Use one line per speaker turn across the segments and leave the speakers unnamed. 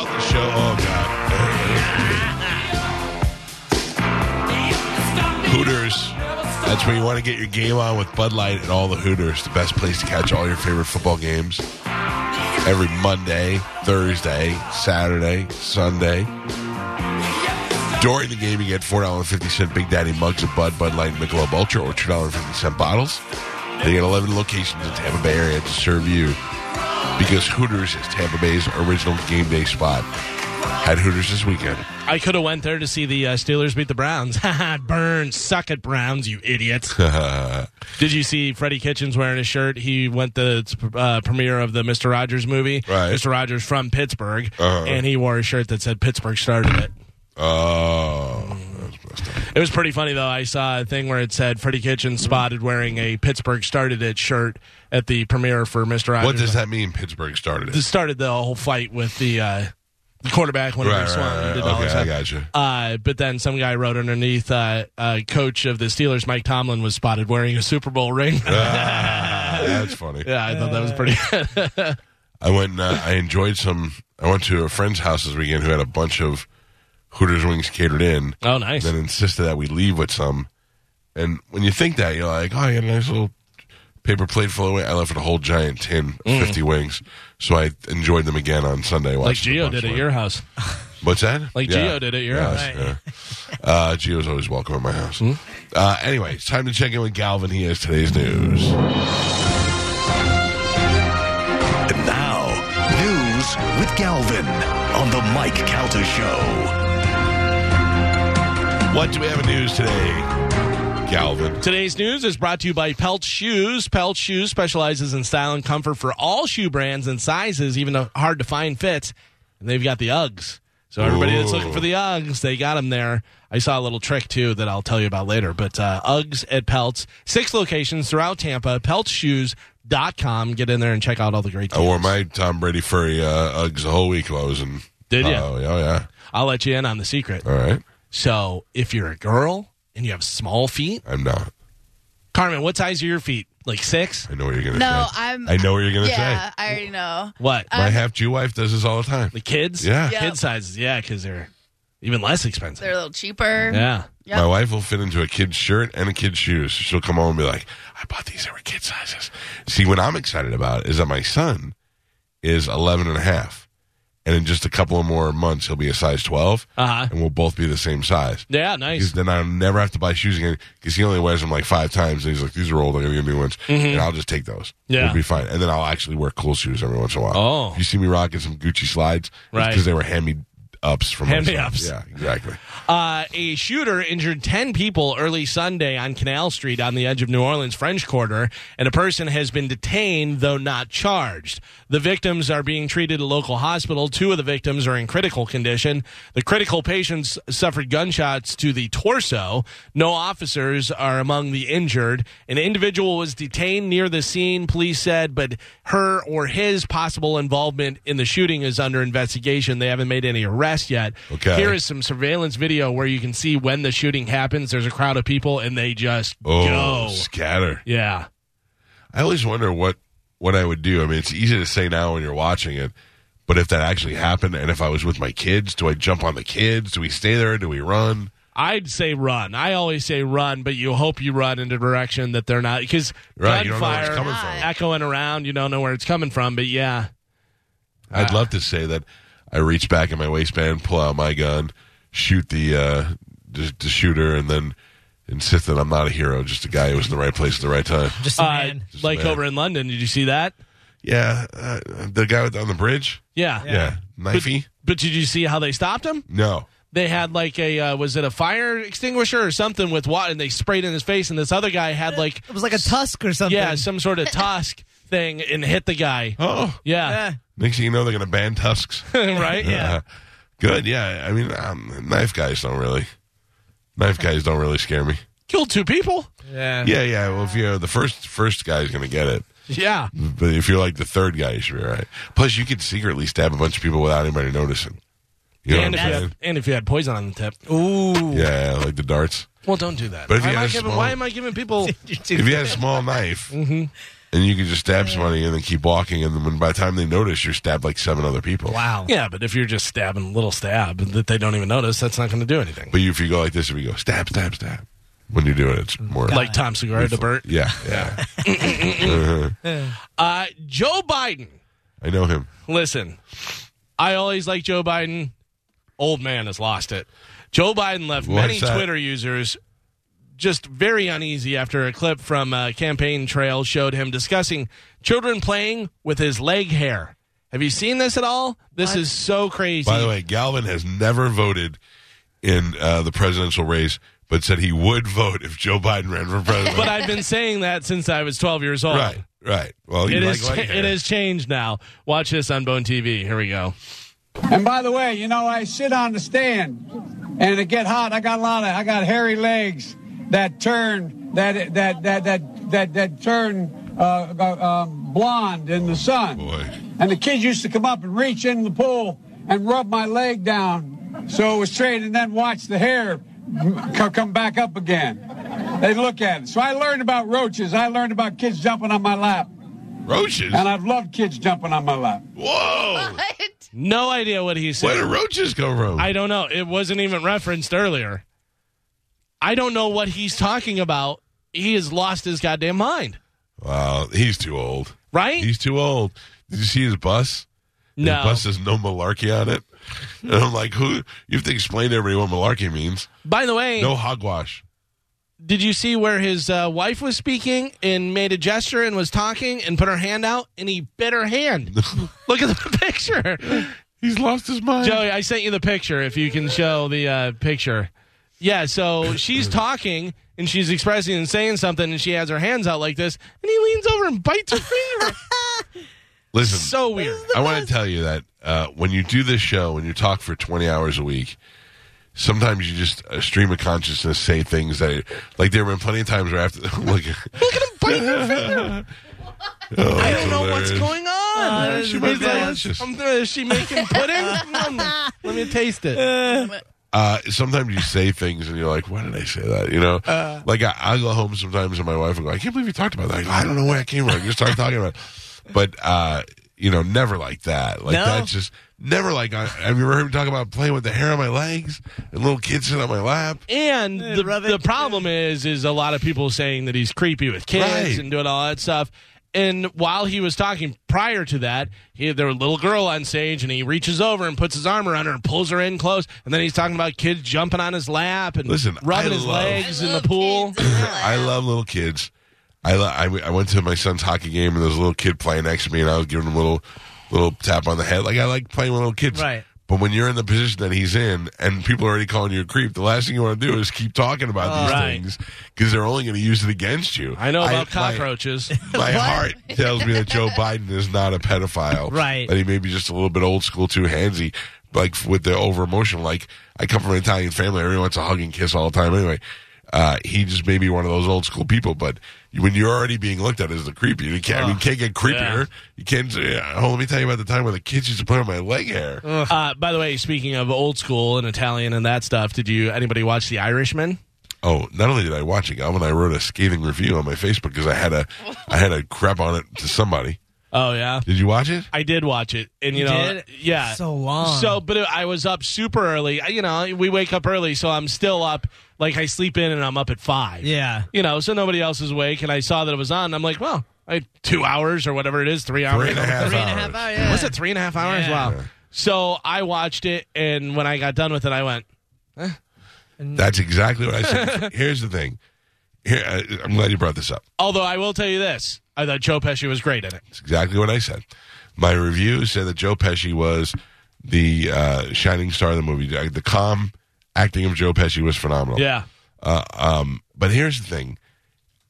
Oh God. Hooters. That's where you want to get your game on with Bud Light and all the Hooters. The best place to catch all your favorite football games. Every Monday, Thursday, Saturday, Sunday. During the game, you get $4.50 Big Daddy mugs of Bud, Bud Light, and Michelob Ultra, or $2.50 bottles. They got 11 locations in Tampa Bay area to serve you because Hooters is Tampa Bay's original game day spot. Had Hooters this weekend.
I could have went there to see the uh, Steelers beat the Browns. Burn, suck at Browns, you idiots. Did you see Freddie Kitchens wearing a shirt? He went to the uh, premiere of the Mister Rogers movie.
Right.
Mister Rogers from Pittsburgh,
Uh-huh.
and he wore a shirt that said Pittsburgh started it.
Oh, that's messed up.
It was pretty funny though. I saw a thing where it said Freddie Kitchens spotted wearing a Pittsburgh started it shirt at the premiere for Mister Rogers.
What does that mean? Pittsburgh started
It
it.
started the whole fight with the uh, the quarterback whenever
Right, right,
he swung. and
right.
did all
Okay,
this
I gotcha.
stuff. Uh, but then some guy wrote underneath, uh, uh, coach of the Steelers, Mike Tomlin, was spotted wearing a Super Bowl ring.
Ah, that's funny.
yeah, I thought that was pretty.
I went. and, Uh, I enjoyed some. I went to a friend's house this weekend who had a bunch of Hooters wings catered in.
oh, nice.
Then insisted that we leave with some. And when you think that, you're like, oh, I got a nice little paper plate full of wings. I left with a whole giant tin, of fifty wings. So I enjoyed them again on Sunday.
Mm. Like
watching the
Geo
Bucks
did at
win.
your house.
What's that?
Like Gio did at your
Yes,
house.
yeah. Uh, Gio's always welcome at my house.
Hmm?
Uh, anyway, it's time to check in with Galvin. He has today's news.
And now, news with Galvin on the Mike Calter Show.
What do we have in news today, Galvin?
Today's news is brought to you by Pelt Shoes. Pelt Shoes specializes in style and comfort for all shoe brands and sizes, even the hard to find fits. And they've got the Uggs. So everybody that's looking
Ooh.
for the Uggs, they got them there. I saw a little trick too that I'll tell you about later. But uh, Uggs at Pelts, six locations throughout Tampa. Peltshoes.com. Get in there and check out all the great.
I
Deals.
wore my Tom Brady furry uh, Uggs the whole week while I was in.
Did ya?
Oh, yeah, yeah.
I'll let you in on the secret.
All right.
So if you're a girl and you have small feet,
I'm not.
Carmen, what size are your feet? Like six?
I know what you're going to
No,
say.
I'm-
I know what you're going to
Yeah, um,
say.
I already know.
What?
My half Jew wife does this all the time.
The kids?
Yeah.
Yeah.
Kid sizes, yeah, because they're even less expensive.
They're a little cheaper.
yeah.
Yep.
My wife will fit into a kid's shirt and a kid's shoes. She'll come home and be like, I bought these. They were kid sizes. See, what I'm excited about is that my son is 11 and a half. And in just a couple of more months, he'll be a size 12.
Uh-huh.
And we'll both be the same size.
Yeah,
Because
nice.
then I'll never have to buy shoes again because he only wears them like five times. And he's like, these are old. I'm going to get new ones. And I'll just take those.
Mm-hmm. Yeah.
It'll be fine. And then I'll actually wear cool shoes every once in a while.
Oh.
If you see me rocking some Gucci slides,
Right.
because they were hand me ups from my son.
Hand-me-ups.
Yeah, exactly.
Uh, a shooter injured 10 people early Sunday on Canal Street on the edge of New Orleans French Quarter, and a person has been detained, though not charged. The victims are being treated at a local hospital. Two of the victims are in critical condition. The critical patients suffered gunshots to the torso. No officers are among the injured. An individual was detained near the scene, police said, but her or his possible involvement in the shooting is under investigation. They haven't made any arrests yet.
Okay.
Here is some surveillance video where you can see when the shooting happens. There's a crowd of people and they just
Oh,
go.
scatter.
Yeah.
I always wonder what what I would do. I mean, it's easy to say now when you're watching it, but if that actually happened, and if I was with my kids, do I jump on the kids? Do we stay there? Do we run?
I'd say run. I always say run, but you hope you run in the direction that they're not because
Right, you don't know where it's
gunfire
coming
from.
echoing around. You don't know where it's coming from, but yeah,
I'd love to say that I reach back in my waistband, pull out my gun, shoot the uh, the, the shooter, and then insist that I'm not a hero, just a guy who was in the right place at the right time.
Just a
uh,
man.
like
man.
over in London. Did you see that?
Yeah, uh, the guy with- on the bridge.
Yeah.
Yeah, knifey.
But did you see how they stopped him?
No.
They had like a uh, was it a fire extinguisher or something with water, and they sprayed in his face. And this other guy had like
It was like a tusk or something.
yeah some sort of tusk thing and hit the guy.
Oh,
Yeah,
Yeah.
next thing you know, they're gonna ban tusks.
right.
Uh, good. Yeah. I mean, um, knife guys don't really. Knife guys don't really scare me.
killed two people.
Yeah.
Yeah, yeah. Well, if you're the first first guy's gonna get it,
Yeah.
but if you're like the third guy, you should be all right. Plus, you can secretly stab a bunch of people without anybody noticing. You know what
and, if
I'm
you
saying?
had, and if you had poison on the tip,
Ooh.
Yeah, yeah, like the darts.
well, don't do that.
But if
why,
you
am I
had a
giving,
small-
why am I giving people?
You're too-
If you had a small knife, And you can just stab somebody and then keep walking, and then when, by the time they notice, you're stabbed like seven other people.
Wow.
Yeah, but if you're just stabbing little stab that they don't even notice, that's not going to do anything.
But you, if you go like this, if you go stab, stab, stab, when you're doing it, it's more
Like Tom Segura to Bert.
yeah, yeah. Uh-huh.
Uh, Joe Biden.
I know him.
Listen, I always like Joe Biden. Old man has lost it. Joe Biden left
What's
many
that?
Twitter users just very uneasy after a clip from a campaign trail showed him discussing children playing with his leg hair. Have you seen this at all? This is so crazy.
By the way, Galvin has never voted in uh, the presidential race, but said he would vote if Joe Biden ran for president.
but I've been saying that since I was 12 years old.
right, right. Well, you
It
like
is.
white hair.
it has changed now. Watch this on Bone TV. Here we go.
And by the way, you know, I sit on the stand and it get hot. I got a lot of I got hairy legs that turn that that that that that, that turn uh, uh, um, blonde in the sun.
Boy.
And the kids used to come up and reach in the pool and rub my leg down so it was straight and then watch the hair co- come back up again. They look at it. So I learned about roaches. I learned about kids jumping on my lap.
Roaches.
And I've loved kids jumping on my lap.
Whoa!
No idea what he said.
Where did roaches go from?
I don't know. It wasn't even referenced earlier. I don't know what he's talking about. He has lost his goddamn mind,
wow, he's too old.
right?
He's too old. Did you see his bus?
no.
His bus has no malarkey on it. And I'm like, who? You have to explain to everybody what malarkey means.
By the way,
No hogwash.
did you see where his uh, wife was speaking and made a gesture and was talking and put her hand out and he bit her hand? Look at the picture.
He's lost his mind.
Joey, I sent you the picture if you can show the uh, picture. Yeah, so she's talking and she's expressing and saying something and she has her hands out like this and he leans over and bites her finger.
Listen,
so weird.
I want to tell you that uh, when you do this show, when you talk for 20 hours a week, sometimes you just a stream of consciousness say things that, like, there have been plenty of times where after, look,
Look at him biting her finger.
Oh,
I don't know what's going on.
Uh, she might
He's
be
like,
allergic.
"Um, is she making pudding? Mm, let me taste it.
uh, sometimes you say things and you're like, why did I say that? You know, like I, I go home sometimes and my wife will go, I can't believe you talked about that. I, go, I don't know where I came from. I just started talking about it. But, uh, you know, never like that. Like
No.
that's just never like. I, have you ever heard me talk about playing with the hair on my legs and little kids sitting on my lap?
and the,
rub it.
the problem is, is a lot of people saying that he's creepy with kids
Right.
and doing all that stuff. And while he was talking prior to that, he, there was a little girl on stage, and he reaches over and puts his arm around her and pulls her in close. And then he's talking about kids jumping on his lap and
Listen,
rubbing
I
his
love-
legs
I
in the
love
pool.
kids.
I love little kids. I, lo- I w- I went to my son's hockey game and there was a little kid playing next to me and I was giving him a little little tap on the head. Like I like playing with little kids.
Right.
But when you're in the position that he's in and people are already calling you a creep, the last thing you want to do is keep talking about these
Oh, Right.
things because they're only going to use it against you.
I know about
my-
cockroaches.
My, heart tells me that Joe Biden is not a pedophile.
Right.
That he may be just a little bit old school, too handsy, like with the over emotion. Like, I come from an Italian family. Everyone wants a hug and kiss all the time anyway. Uh, he just may be one of those old school people, but when you're already being looked at as the creepy, you can't, I mean, you can't get creepier. You can't say, oh, let me tell you about the time when the kids used to put on my leg hair.
Uh, by the way, speaking of old school and Italian and that stuff, did you anybody watch The Irishman?
Oh, not only did I watch it, Galvin, I wrote a scathing review on my Facebook because I had a, I had a crap on it to somebody.
Oh yeah,
Did you watch it?
I did watch it, and you,
You
know,
did?
yeah,
So long.
So, but I was up super early. I- You know, we wake up early, so I'm still up. Like I sleep in, and I'm up at five.
Yeah.
you know, so nobody else is awake, and I saw that it was on. and I'm like, well, I two hours or whatever it is, three hours,
Three and a half
Three and a
hours.
half hour, yeah.
Was it three and a half hours?
Yeah.
Wow. So I watched it, and when I got done with it, I went,
That's exactly what I said. Here's the thing. Here, I- I'm glad you brought this up.
although I will tell you this, I thought Joe Pesci was great in it.
It's exactly what I said. My review said that Joe Pesci was the uh, shining star of the movie. The calm acting of Joe Pesci was phenomenal.
Yeah.
Uh, um, but here's the thing.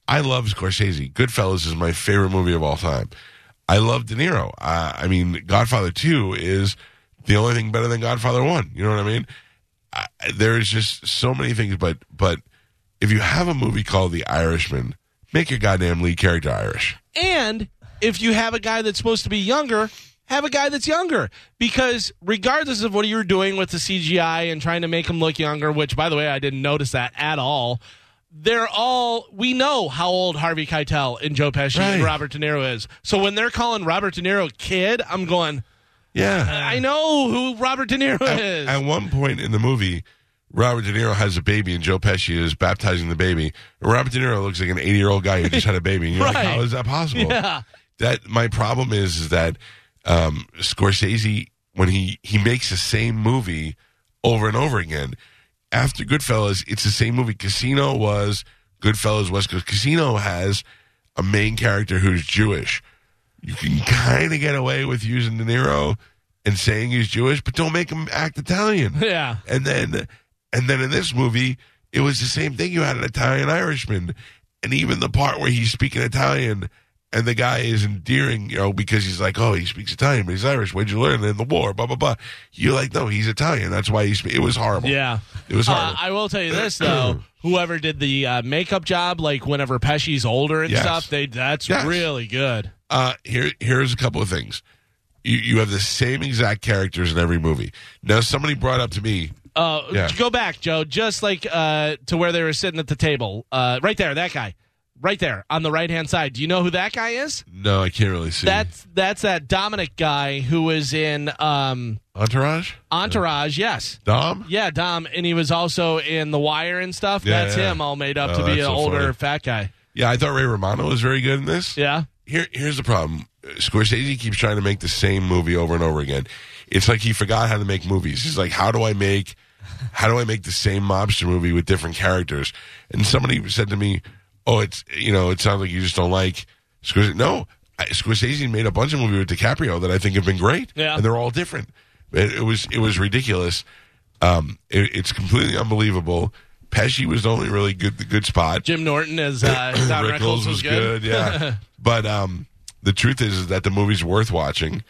I love Scorsese. Goodfellas is my favorite movie of all time. I love De Niro. Uh, I mean, Godfather 2 is the only thing better than Godfather 1. You know what I mean? I, there's just so many things, but but if you have a movie called The Irishman, make your goddamn lead character Irish.
And if you have a guy that's supposed to be younger, have a guy that's younger. Because regardless of what you're doing with the CGI and trying to make him look younger, which, by the way, I didn't notice that at all, they're all we know how old Harvey Keitel and Joe Pesci and
Right.
Robert De Niro is. So when they're calling Robert De Niro kid, I'm going.
Yeah.
I know who Robert De Niro
At,
is.
at one point in the movie, Robert De Niro has a baby and Joe Pesci is baptizing the baby. Robert De Niro looks like an 80 year old guy who just had a baby. And you're
Right.
like, how is that possible?
Yeah.
That my problem is is that um, Scorsese when he he makes the same movie over and over again. After Goodfellas, it's the same movie. Casino was Goodfellas West Coast. Casino has a main character who's Jewish. You can kind of get away with using De Niro and saying he's Jewish, but don't make him act Italian.
yeah.
And then and then in this movie, it was the same thing. You had an Italian Irishman. And even the part where he's speaking Italian and the guy is endearing, you know, because he's like, Oh, he speaks Italian, but he's Irish. Where'd you learn in the war? Blah blah blah. You're like, No, he's Italian. That's why he spe-. it was horrible.
Yeah.
It was
Uh,
horrible.
I will tell you this though, whoever did the uh, makeup job, like whenever Pesci's older and
Yes.
stuff, they that's
Yes.
really good.
uh, here here's a couple of things. You you have the same exact characters in every movie. Now somebody brought up to me
Uh,
Yeah.
Go back, Joe, just like uh, to where they were sitting at the table, uh, right there, that guy, right there on the right hand side. Do you know who that guy is?
No, I can't really see
That's that's that Dominic guy who was in um,
Entourage?
Entourage. Yes.
Dom?
Yeah, Dom, and he was also in The Wire and stuff.
Yeah,
that's
yeah.
him all made up
Oh,
to be
that's
an
so
older
funny.
fat guy.
Yeah, I thought Ray Romano was very good in this.
Yeah.
Here, here's the problem. Scorsese keeps trying to make the same movie over and over again. It's like he forgot how to make movies. He's like, how do I make, how do I make the same mobster movie with different characters? And somebody said to me, oh, it's you know, it sounds like you just don't like Scorsese. No, I, Scorsese made a bunch of movies with DiCaprio that I think have been great,
Yeah.
and they're all different. It, it was it was ridiculous. Um, it, it's completely unbelievable. Pesci was the only really good the good spot.
Jim Norton as uh, Don
Rick
Rickles
Nichols
was good.
yeah. but um, the truth is, is that the movie's worth watching.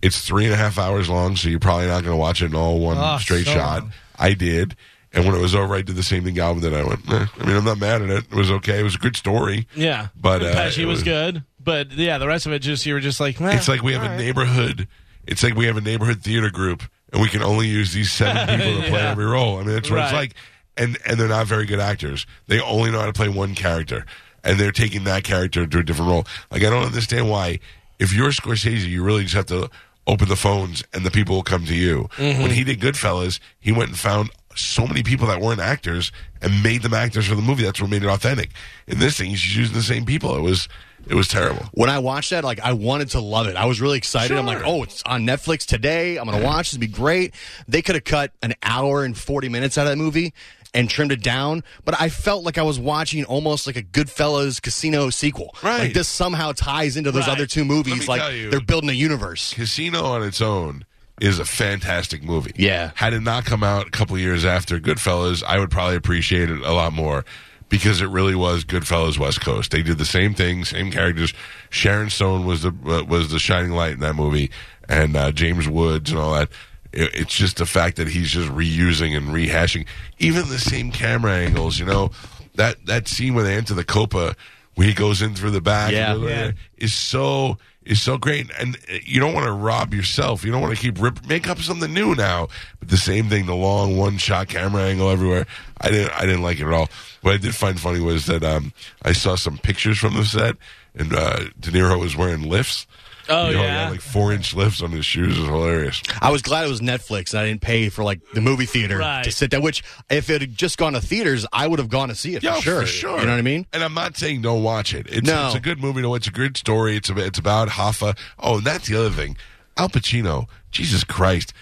It's three and a half hours long, so you're probably not going to watch it in all one
Ah,
straight
so
shot.
long.
I did, and when it was over, I did the same thing Galvin did. I went, eh. I mean, I'm not mad at it. It was okay. It was a good story.
Yeah,
But, uh,
Pesci
it
was,
was-
good. But yeah, the rest of it just you were just like, "Meh."
It's like we have a neighborhood. It's like we have a neighborhood theater group, and we can only use these seven people to play
Yeah.
every role. I mean, that's what it's
Right.
like. And and they're not very good actors. They only know how to play one character, and they're taking that character to a different role. Like I don't understand why. If you're Scorsese, you really just have to open the phones, and the people will come to you.
Mm-hmm.
When he did Goodfellas, he went and found so many people that weren't actors and made them actors for the movie. That's what made it authentic. In this thing, he's using the same people. It was it was terrible.
when I watched that, like I wanted to love it. I was really excited. I'm like,
Sure.
oh, it's on Netflix today. I'm gonna watch. This be great. They could have cut an hour and forty minutes out of that movie and trimmed it down, but I felt like I was watching almost like a Goodfellas casino sequel.
Right.
Like this somehow ties into those
Right.
other two
Let me
movies.
tell
Like
you.
they're building a universe.
Casino on its own is a fantastic movie.
Yeah.
Had it not come out a couple of years after Goodfellas, I would probably appreciate it a lot more because it really was Goodfellas West Coast. They did the same thing, same characters. Sharon Stone was the uh, was the shining light in that movie, and uh, James Woods and all that. It, it's just the fact that he's just reusing and rehashing even the same camera angles. You know that that scene when they enter the Copa. Where he goes in through the back,
Yeah.
and- is so is so great, and uh, you don't want to rob yourself. You don't want to keep rip make up something new now. But the same thing, the long one shot camera angle everywhere. I didn't I didn't like it at all. What I did find funny was that um, I saw some pictures from the set, and uh, De Niro was wearing lifts.
Oh,
You know, he
yeah.
had like four inch lifts on his shoes. It was hilarious.
I was glad it was Netflix and I didn't pay for like the movie theater
Right.
to sit there. Which if it had just gone to theaters, I would have gone to see it
Yeah,
for sure. You know what I mean?
And I'm not saying don't watch it. It's,
No.
it's a good movie. No, it's a good story. It's about, it's about Hoffa. Oh, and that's the other thing. Al Pacino. Jesus Christ.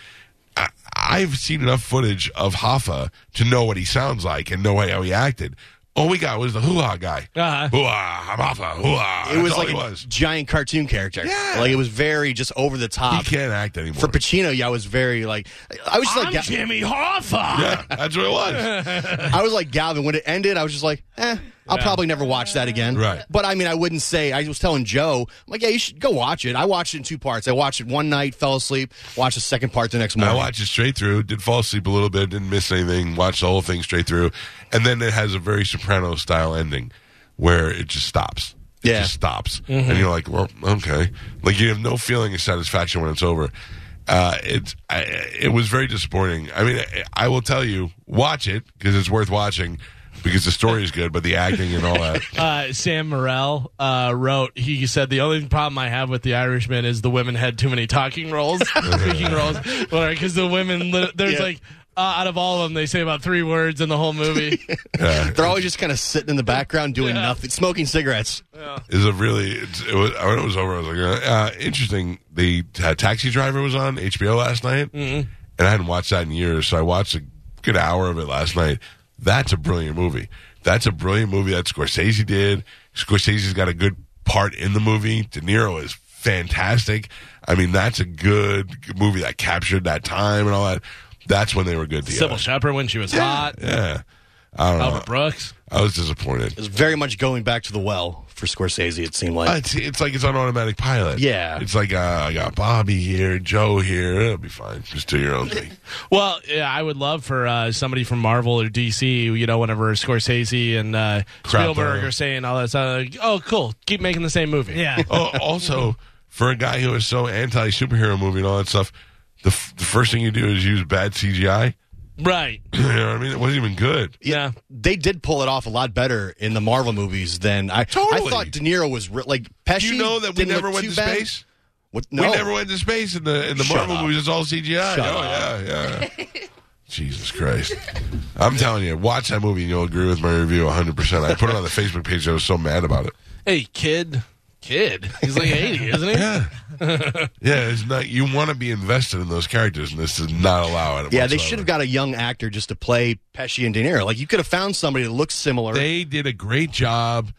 I, I've seen enough footage of Hoffa to know what he sounds like and know how he acted. All we got was the hoo-ha guy.
Uh-huh.
Hoo-ha, I'm Hoffa, hoo-ha.
It was
That's all
like
he
a
was.
giant cartoon character.
Yeah.
Like it was very just over the
He
top.
can't act anymore.
for Pacino, yeah, I was very like, I was just like,
I'm
Ga-
Jimmy Hoffa.
yeah, that's what it was.
I was like Galvin when it ended. I was just like, eh, I'll probably never watch that again.
Right.
But I mean, I wouldn't say. I was telling Joe, I'm like, yeah, you should go watch it. I watched it in two parts. I watched it one night, fell asleep, watched the second part the next
I
morning.
watched it straight through. Did fall asleep a little bit. Didn't miss anything. Watched the whole thing straight through, and then it has a very Soprano style ending where it just stops. It
Yeah.
just stops, and you're like, well, okay. Like you have no feeling of satisfaction when it's over. Uh, it's I, it was very disappointing. I mean, I, I will tell you, watch it because it's worth watching. because the story is good, but the acting and all that.
uh, Sam Morrell uh, wrote, he said, The only problem I have with the Irishman is the women had too many talking roles, speaking roles. Because the women, li- there's
Yeah.
like, uh, out of all of them, they say about three words in the whole movie.
They're always just kind of sitting in the background doing nothing, smoking cigarettes.
is a really it's, it was, when it was over. I was like, uh, uh, interesting. The uh, Taxi Driver was on HBO last night, and I hadn't watched that in years, so I watched a good hour of it last night. That's a brilliant movie. That's a brilliant movie that Scorsese did. Scorsese's got a good part in the movie. De Niro is fantastic. I mean, that's a good movie that captured that time and all that. That's when they were good together.
Sybil Shepherd when she was hot.
Yeah,
Albert Brooks.
I was disappointed.
It's very much going back to the well for Scorsese, it seemed like.
Uh, It's, it's like it's on automatic pilot.
Yeah.
It's like, uh, I got Bobby here, Joe here. It'll be fine. Just do your own thing.
Well, yeah, I would love for uh, somebody from Marvel or DC, you know, whenever Scorsese and uh,
Crap,
Spielberg
uh,
are saying all that stuff, like, oh, cool, keep making the same movie.
Yeah.
oh, also, for a guy who is so anti superhero movie and all that stuff, the, f- the first thing you do is use bad CGI.
Right.
you know what I mean? It wasn't even good.
Yeah.
they did pull it off a lot better in the Marvel movies than I.
Totally.
I thought De Niro was re- like Pesci.
You know that we
didn't
never
look
went
too
to
bad.
space?
What? No,
We never went to space in the in the
Shut
Marvel
up.
movies. It's all CGI.
Shut
oh,
up.
yeah, yeah. Jesus Christ. I'm telling you, watch that movie and you'll agree with my review 100%. I put it on the Facebook page. I was so mad about it.
Hey, kid. Kid. He's like 80, isn't he?
Yeah. yeah, it's not. You want to be invested in those characters, and this does not allow it.
Yeah, they should have got a young actor just to play Pesci and De Niro. Like you could have found somebody that looks similar.
They did a great job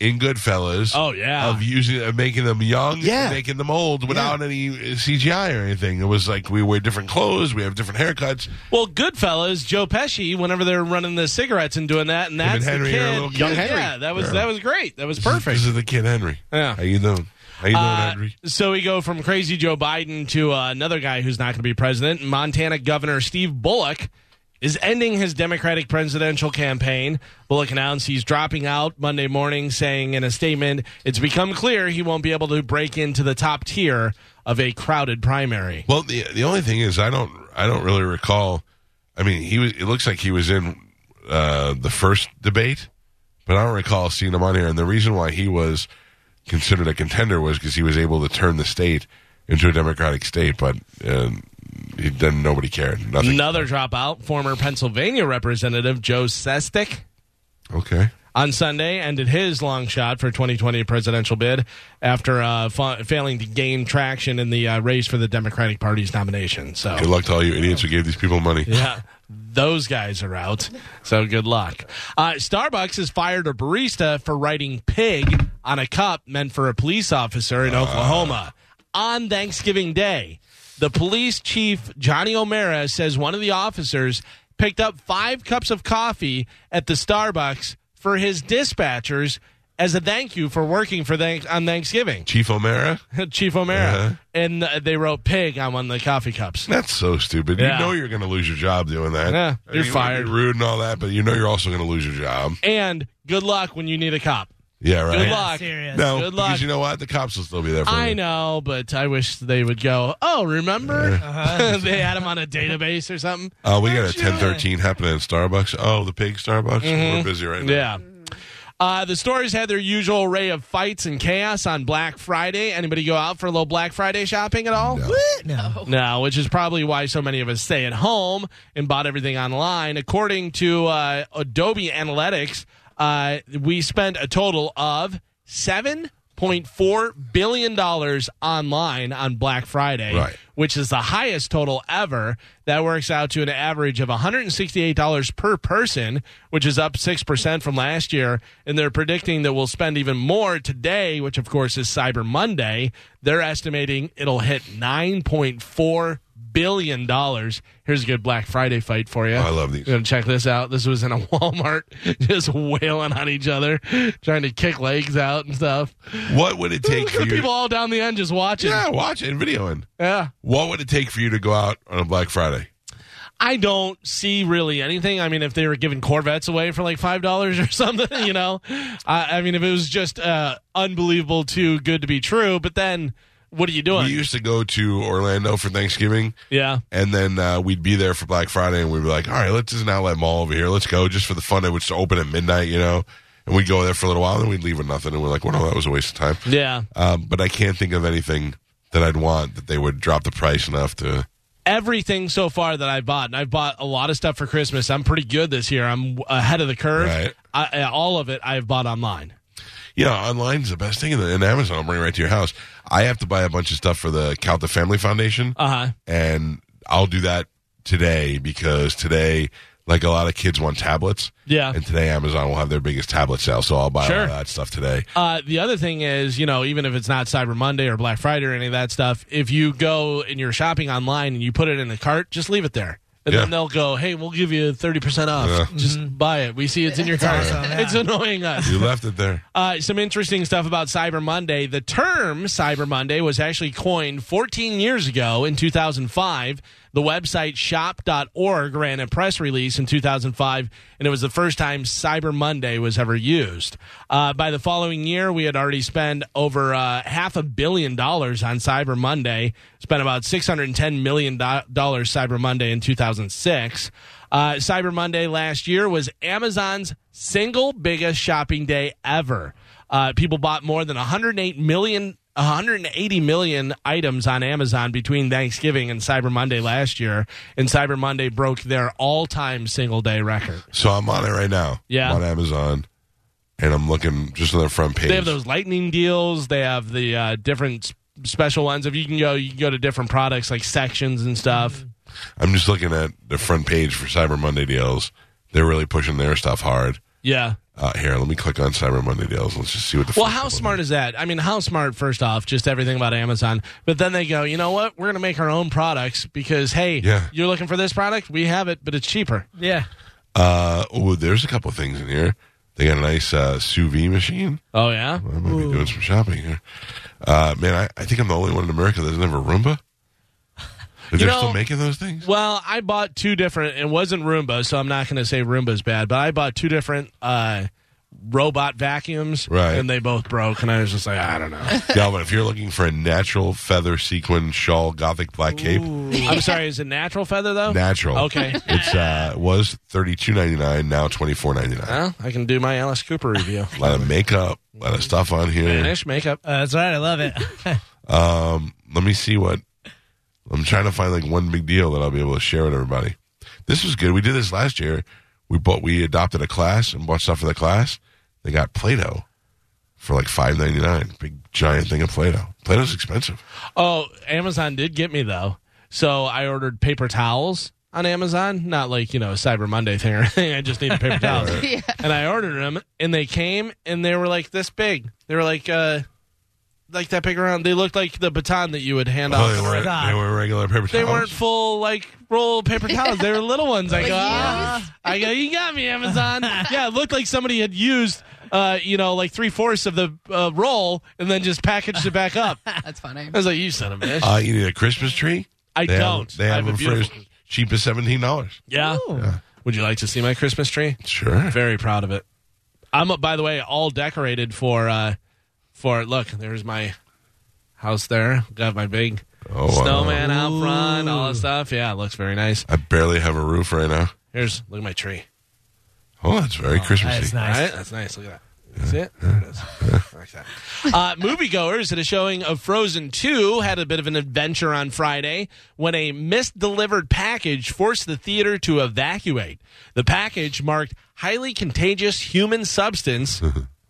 in Goodfellas.
Oh, yeah.
of using of making them young,
Yeah.
and making them old without any uh, CGI or anything. It was like we wear different clothes, we have different haircuts.
Well, Goodfellas, Joe Pesci, whenever they're running the cigarettes and doing that, and
and
that's
Henry
the
are a
kid.
little
Young kid. Henry.
Yeah, that was that was great. That was perfect.
This is the kid Henry.
Yeah.
how you doing? How you doing,
Uh,
Henry?
so we go from crazy Joe Biden to uh, another guy who's not going to be president. Montana Governor Steve Bullock is ending his Democratic presidential campaign. Bullock announced he's dropping out Monday morning, saying in a statement, "It's become clear he won't be able to break into the top tier of a crowded primary."
Well, the the only thing is, I don't I don't really recall. I mean, he was. It looks like he was in uh, the first debate, but I don't recall seeing him on here. And the reason why he was considered a contender was because he was able to turn the state into a democratic state. But uh, he, then nobody cared. Nothing.
Another dropout, former Pennsylvania Representative Joe Sestak
Okay.
on Sunday ended his long shot for 2020 presidential bid after uh, fa- failing to gain traction in the uh, race for the Democratic Party's nomination. So,
Good luck to all you idiots who gave these people money.
yeah, those guys are out. So, good luck. Uh, Starbucks has fired a barista for writing pig on a cup meant for a police officer in Oklahoma on Thanksgiving Day. The police chief, Johnny O'Mara, says one of the officers picked up five cups of coffee at the Starbucks for his dispatchers as a thank you for working for thank- on Thanksgiving.
Chief O'Mara.
Chief O'Mara.
Uh-huh.
And uh, they wrote pig on one of the coffee cups.
That's so stupid.
Yeah.
You know you're going to lose your job doing that.
Yeah,
I
you're
mean,
fired.
rude and all that, but you know you're also going to lose your job.
And good luck when you need a cop.
Yeah, right.
Good luck.
serious.
No,
Good luck.
because you know what? The cops will still be there for
I
you.
know, but I wish they would go, oh, remember? they had him on a database or something.
Uh, we got a ten thirteen happening at Starbucks. Oh, the pig Starbucks.
Mm-hmm.
We're busy right now.
Yeah. Uh, the stores had their usual array of fights and chaos on Black Friday. Anybody go out for a little Black Friday shopping at all?
No.
No, which is probably why so many of us stay at home and bought everything online. According to uh, Adobe Analytics, uh, we spent a total of $7.4 billion online on Black Friday,
Right.
which is the highest total ever. That works out to an average of $168 per person, which is up 6% from last year. And they're predicting that we'll spend even more today, which of course is Cyber Monday. They're estimating it'll hit $9.4 billion. Here's a good Black Friday fight for you.
Oh, I love these.
You're going to check this out. This was in a Walmart, just wailing on each other, trying to kick legs out and stuff.
What would it take
Look at
for
the
you?
people all down the end just watching.
yeah, watch it and videoing.
yeah.
What would it take for you to go out on a Black Friday?
I don't see really anything. I mean, if they were giving Corvettes away for like five dollars or something, you know, I, I mean, if it was just uh, unbelievable, too good to be true. But then What are you doing?
We used to go to Orlando for Thanksgiving,
yeah.
and then uh, we'd be there for Black Friday, and we'd be like, all right, let's, there's an outlet mall over here. Let's go just for the fun. It would open at midnight, you know? And we'd go there for a little while, and then we'd leave with nothing. And we're like, well, no, that was a waste of time.
Yeah.
Um, but I can't think of anything that I'd want that they would drop the price enough to.
everything so far that I bought, and I've bought a lot of stuff for Christmas. I'm pretty good this year. I'm ahead of the curve.
Right.
I, I- all of it I've bought online.
Yeah, online's the best thing, and and Amazon will bring it right to your house. I have to buy a bunch of stuff for the Count the Family Foundation,
Uh huh.
and I'll do that today because today, like a lot of kids want tablets.
Yeah.
And today, Amazon will have their biggest tablet sale, so I'll buy all
Sure.
that stuff today.
Uh, the other thing is, you know, even if it's not Cyber Monday or Black Friday or any of that stuff, if you go and you're shopping online and you put it in the cart, just leave it there. And
Yeah.
then they'll go, hey, we'll give you 30% off. Just buy it. We see it's in your cart. It's annoying us.
You left it there.
Uh, some interesting stuff about Cyber Monday. The term Cyber Monday was actually coined 14 years ago in 2005. The website shop.org ran a press release in 2005, and it was the first time Cyber Monday was ever used. Uh, by the following year, we had already spent over uh, half a billion dollars on Cyber Monday, spent about $610 million Cyber Monday in 2006. Uh, Cyber Monday last year was Amazon's single biggest shopping day ever. Uh, people bought more than 108 million. 180 million items on Amazon between Thanksgiving and Cyber Monday last year, and Cyber Monday broke their all-time single-day record.
So I'm on it right now.
Yeah.
I'm on Amazon, and I'm looking just on their front page.
They have those lightning deals. They have the uh, different s- special ones. If you can go, you can go to different products like sections and stuff.
I'm just looking at the front page for Cyber Monday deals. They're really pushing their stuff hard.
Yeah.
Uh, here, let me click on Cyber Monday deals. Let's just see what the.
Well,
first
how
one
smart
is.
is that? I mean, how smart, first off, just everything about Amazon. But then they go, you know what? We're going to make our own products because, hey,
Yeah.
you're looking for this product? We have it, but it's cheaper.
Yeah.
Uh, oh, there's a couple things in here. They got a nice uh, sous vide machine.
Oh, yeah?
I might be doing some shopping here. Uh, man, I, I think I'm the only one in America that doesn't have a Roomba. They're
know-
still making those things.
Well, I bought two different, it wasn't Roomba, so I'm not going to say Roomba's bad, but I bought two different uh, robot vacuums,
Right.
and they both broke, and I was just like, I don't know.
Galvin, if you're looking for a natural feather sequin shawl, gothic black cape,
I'm sorry, is it natural feather, though?
natural.
Okay.
It's uh, it was thirty two ninety nine, now twenty four ninety nine.
Well, I can do my Alice Cooper review.
A lot of makeup, a lot of stuff on here.
Spanish makeup.
Uh, that's right. I love it.
Um, let me see what I'm trying to find like one big deal that I'll be able to share with everybody. This was good. We did this last year. We bought we adopted a class and bought stuff for the class. They got Play-Doh for like five ninety nine. Big giant thing of Play-Doh. Play-Doh's expensive.
Oh, Amazon did get me though. So I ordered paper towels on Amazon, not like you know a Cyber Monday thing or anything. I just needed paper towels, and I ordered them, and they came, and they were like this big. They were like, uh like that big around. They looked like the baton that you would hand
Oh,
off.
they, were,
God.
they were regular paper
They
towels.
weren't full like roll paper towels. They were little ones. I go, "Ah." I go, you got me, Amazon. yeah, it looked like somebody had used, uh, you know, like three fourths of the uh, roll and then just packaged it back up. I
That's funny.
was like, you son of a bitch.
Uh, you need a Christmas tree?
I
They have-
don't.
they
I
have
have a
them for as
beautiful one.
cheap as seventeen dollars.
Yeah. Would you like to see my Christmas tree?
Sure.
Very proud of it. I'm, uh, by the way, all decorated for, uh, for look, there's my house there. Got my big
Oh, wow.
snowman out front, all that stuff. Yeah, it looks very nice.
I barely have a roof right now.
Here's, look at my tree.
Oh, that's very Christmassy.
That's nice.
All right, that's nice. Look at that. See it? There it is. I like that. Uh, moviegoers at a showing of Frozen 2 had a bit of an adventure on Friday when a misdelivered package forced the theater to evacuate. The package marked highly contagious human substance.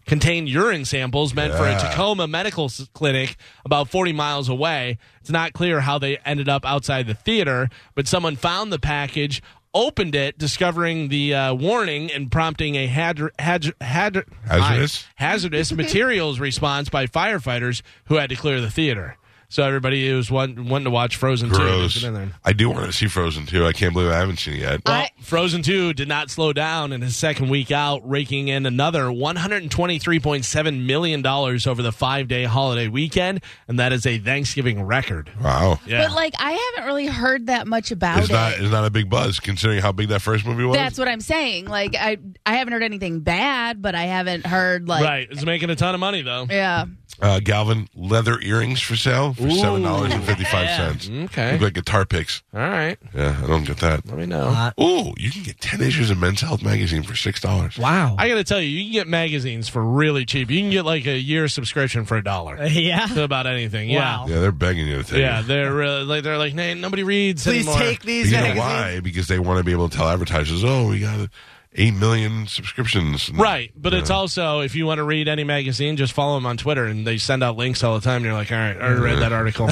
Contained urine samples meant for a
Yeah.
Tacoma medical s- clinic about 40 miles away. It's not clear how they ended up outside the theater, but someone found the package, opened it, discovering the uh, warning and prompting a hadr- hadr- hadr-
Hazardous?
Hi. hazardous materials response by firefighters who had to clear the theater. So everybody was want- wanting to watch Frozen 2.
Gross.
Get in there.
I do want to see Frozen too. I can't believe I haven't seen it yet.
I-
Well, Frozen 2 did not slow down in his second week out, raking in another $123.7 million over the five day holiday weekend, and that is a Thanksgiving record.
wow.
Yeah.
But like, I haven't really heard that much about
It's
it.
not it's not a big buzz considering how big that first movie was.
That's what I'm saying. Like, I I haven't heard anything bad, but I haven't heard like
right. It's making a ton of money, though.
yeah.
uh, Galvin leather earrings for sale for seven dollars and fifty five cents.
Okay.
look like guitar picks.
All right.
Yeah, I don't get that.
Let me know.
Ooh, you can get ten issues of Men's Health magazine for six dollars.
Wow.
I got to tell you, you can get magazines for really cheap. You can get like a year subscription for a dollar
yeah.
to about anything.
Wow.
Yeah, they're begging you to take.
Yeah. Yeah,
it.
they're really, like they're like, "Nah, nobody reads
Please
anymore."
take these
You know
magazines.
why? Because they want to be able to tell advertisers, "Oh, we got eight million subscriptions." And-
Right, but it's also if you want to read any magazine, just follow them on Twitter, and they send out links all the time. And you're like, all right, I already read that article.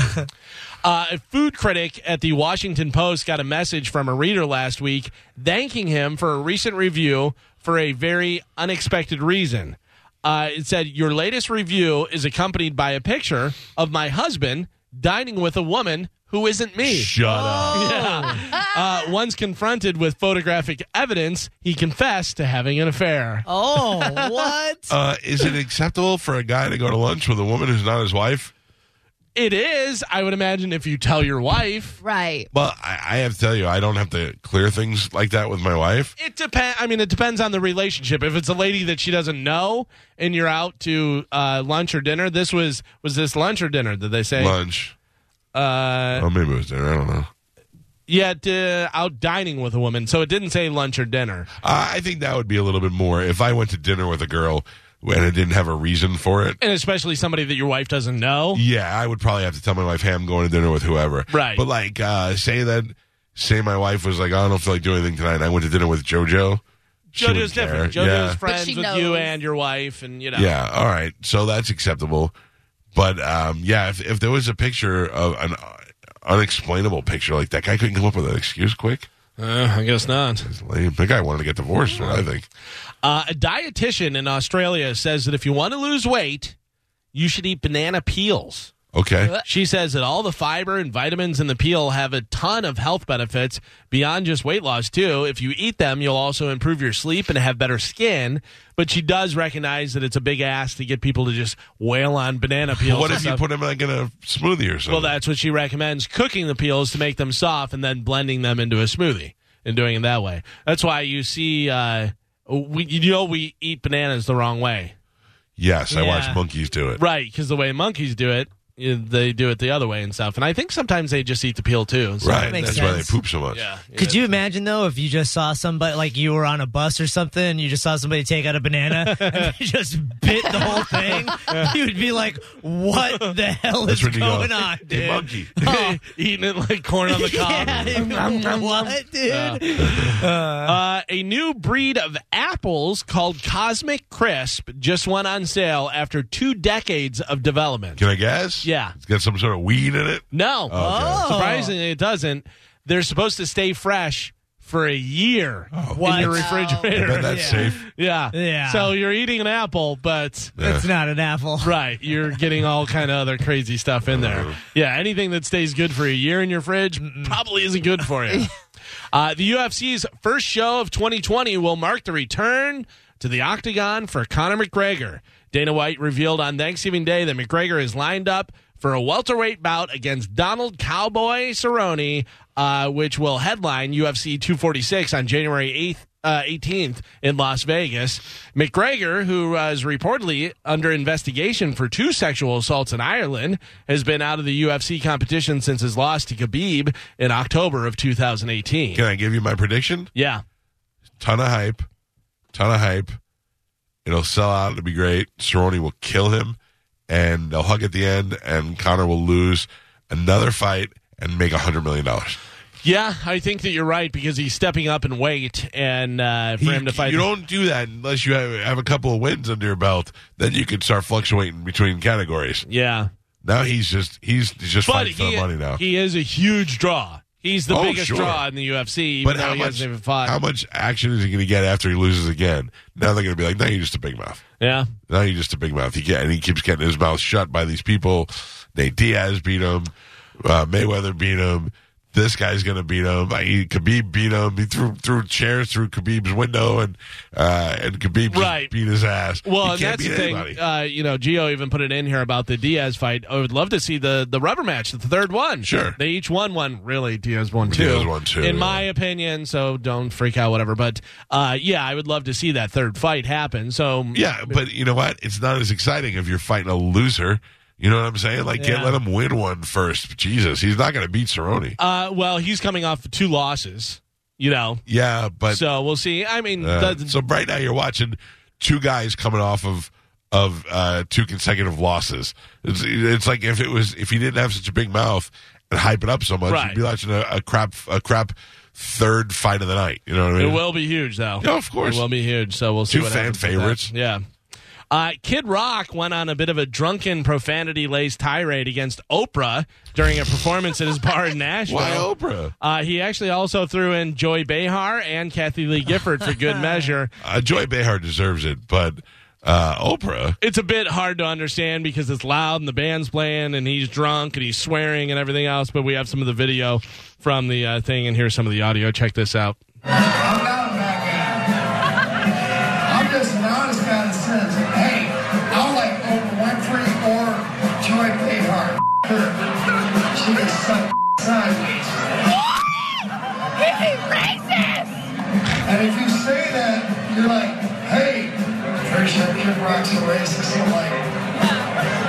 uh, a food critic at the Washington Post got a message from a reader last week thanking him for a recent review for a very unexpected reason. Uh, it said, "Your latest review is accompanied by a picture of my husband dining with a woman who isn't me."
Shut up.
Uh, once confronted with photographic evidence, he confessed to having an affair.
Oh, what?
Uh, is it acceptable for a guy to go to lunch with a woman who's not his wife?
It is, I would imagine, if you tell your wife.
Right.
Well, I, I have to tell you, I don't have to clear things like that with my wife.
It depends. I mean, it depends on the relationship. If it's a lady that she doesn't know, and you're out to uh, lunch or dinner, this was was this lunch or dinner? Did they say?
Lunch. Uh, oh, maybe it was dinner. I don't know.
Yeah, d- out dining with a woman. So it didn't say lunch or dinner.
I I think that would be a little bit more if I went to dinner with a girl and I didn't have a reason for it.
And especially somebody that your wife doesn't know.
Yeah, I would probably have to tell my wife, "Hey, I'm going to dinner with whoever."
Right.
But like, uh, say that, say my wife was like, "I don't feel like doing anything tonight." and I went to dinner with JoJo. She
JoJo's
wouldn't
different.
care.
JoJo's
yeah.
friends
she
with you
knows.
and your wife, and you know.
Yeah. All right. So that's acceptable. But um, yeah, if, if there was a picture of an uh, unexplainable picture like that guy couldn't come up with an excuse quick.
Uh, I guess not.
It's lame. The guy wanted to get divorced. I think.
Uh, a dietitian in Australia says that if you want to lose weight, you should eat banana peels.
Okay.
She says that all the fiber and vitamins in the peel have a ton of health benefits beyond just weight loss, too. If you eat them, you'll also improve your sleep and have better skin. But she does recognize that it's a big ass to get people to just wail on banana peels.
What
and
if you
stuff.
put him like in a smoothie or something?
Well, that's what she recommends cooking the peels to make them soft and then blending them into a smoothie and doing it that way. That's why you see, uh, we, you know, we eat bananas the wrong way.
Yes, I
Yeah.
watch monkeys do it.
Right, because the way monkeys do it, you- they do it the other way and stuff. And I think sometimes they just eat the peel too. So.
Right,
makes
that's why they
sense.
poop so much.
Yeah.
Could you imagine though if you just saw somebody like you were on a bus or something, and you just saw somebody take out a banana and they just bit the whole thing? You would be like, "What the hell
That's
is
when you go,
going on, dude?"
Hey, monkey.
Eating it like corn on the cob.
Oh. Yeah, what, dude?
Uh, a new breed of apples called Cosmic Crisp just went on sale after two decades of development.
Can I guess?
Yeah.
It's got some sort of weed in it.
No.
Oh,
Surprisingly, it doesn't. They're supposed to stay fresh for a year in
What?
your
Wow.
Oh. I bet
refrigerator.
that's
Yeah.
safe.
yeah.
Yeah.
So you're eating an apple, but
That's not an apple.
right, you're getting all kind of other crazy stuff in there. Yeah, anything that stays good for a year in your fridge probably isn't good for you. Uh, the UFC's first show of 2020 will mark the return to the octagon for Conor McGregor. Dana White revealed on Thanksgiving Day that McGregor is lined up for a welterweight bout against Donald Cowboy Cerrone, uh, which will headline UFC 246 on January 8th uh, 18th in Las Vegas. McGregor, who uh, is reportedly under investigation for two sexual assaults in Ireland, has been out of the UFC competition since his loss to Khabib in October of 2018.
Can I give you my prediction?
Yeah.
Ton of hype. Ton of hype. It'll sell out. It'll be great. Cerrone will kill him, and they'll hug at the end, and Connor will lose another fight and make a $100 million.
Yeah, I think that you're right because he's stepping up in weight and uh, for him to fight.
You don't do that unless you have, have a couple of wins under your belt. Then you can start fluctuating between categories.
yeah.
Now he's just he's, he's just
But
fighting for
he,
the money now.
he is a huge draw. He's the
Oh,
biggest
sure.
draw in the UFC, even
But
though
how
he
much,
hasn't even fought.
how much action is he going to get after he loses again? Now they're going to be like, now you're just a big mouth.
yeah.
Now you're just a big mouth. He get, and he keeps getting his mouth shut by these people. Nate Diaz beat him. Uh, Mayweather beat him. This guy's going to beat him. I, he, Khabib beat him. He threw threw chairs through Khabib's window, and uh, and Khabib just
Right.
beat his ass.
Well,
he
and
can't
that's
beat
the thing.
anybody.
Uh, you know, Gio even put it in here about the Diaz fight. I would love to see the the rubber match, the third one.
Sure.
they each won one. Really, Diaz won two.
Diaz won two,
in
yeah.
my opinion. So don't freak out, whatever. But uh, yeah, I would love to see that third fight happen. So
yeah, but you know what? It's not as exciting if you're fighting a loser You know what I'm saying? Like, can't
Yeah.
let him win one first. Jesus, he's not going to beat Cerrone.
Uh, well, he's coming off two losses, you know.
yeah, but
so we'll see. I mean,
uh,
the-
so right now you're watching two guys coming off of of uh, two consecutive losses. It's, it's like if it was if he didn't have such a big mouth and hype it up so much,
Right.
you'd be watching a, a crap a crap third fight of the night. You know what I mean?
it will be huge, though.
Yeah, of course.
It will be huge. So we'll see.
Two
what
fan
happens with
favorites.
that. Yeah. Uh, Kid Rock went on a bit of a drunken profanity laced tirade against Oprah during a performance at his bar in Nashville.
Why Oprah?
Uh, he actually also threw in Joy Behar and Kathy Lee Gifford for good measure.
Uh, Joy Behar deserves it, but uh, Oprah.
It's a bit hard to understand because it's loud and the band's playing and he's drunk and he's swearing and everything else, but we have some of the video from the uh, thing and here's some of the audio. Check this out.
I'm not a bad guy. I'm just an honest guy that says, hey, I'll like oh, Oprah Winfrey or Joy Behar. F- her. She is suck sideways. And if you say that, you're like, hey, pretty sure Kid Rock's a racist. I'm like,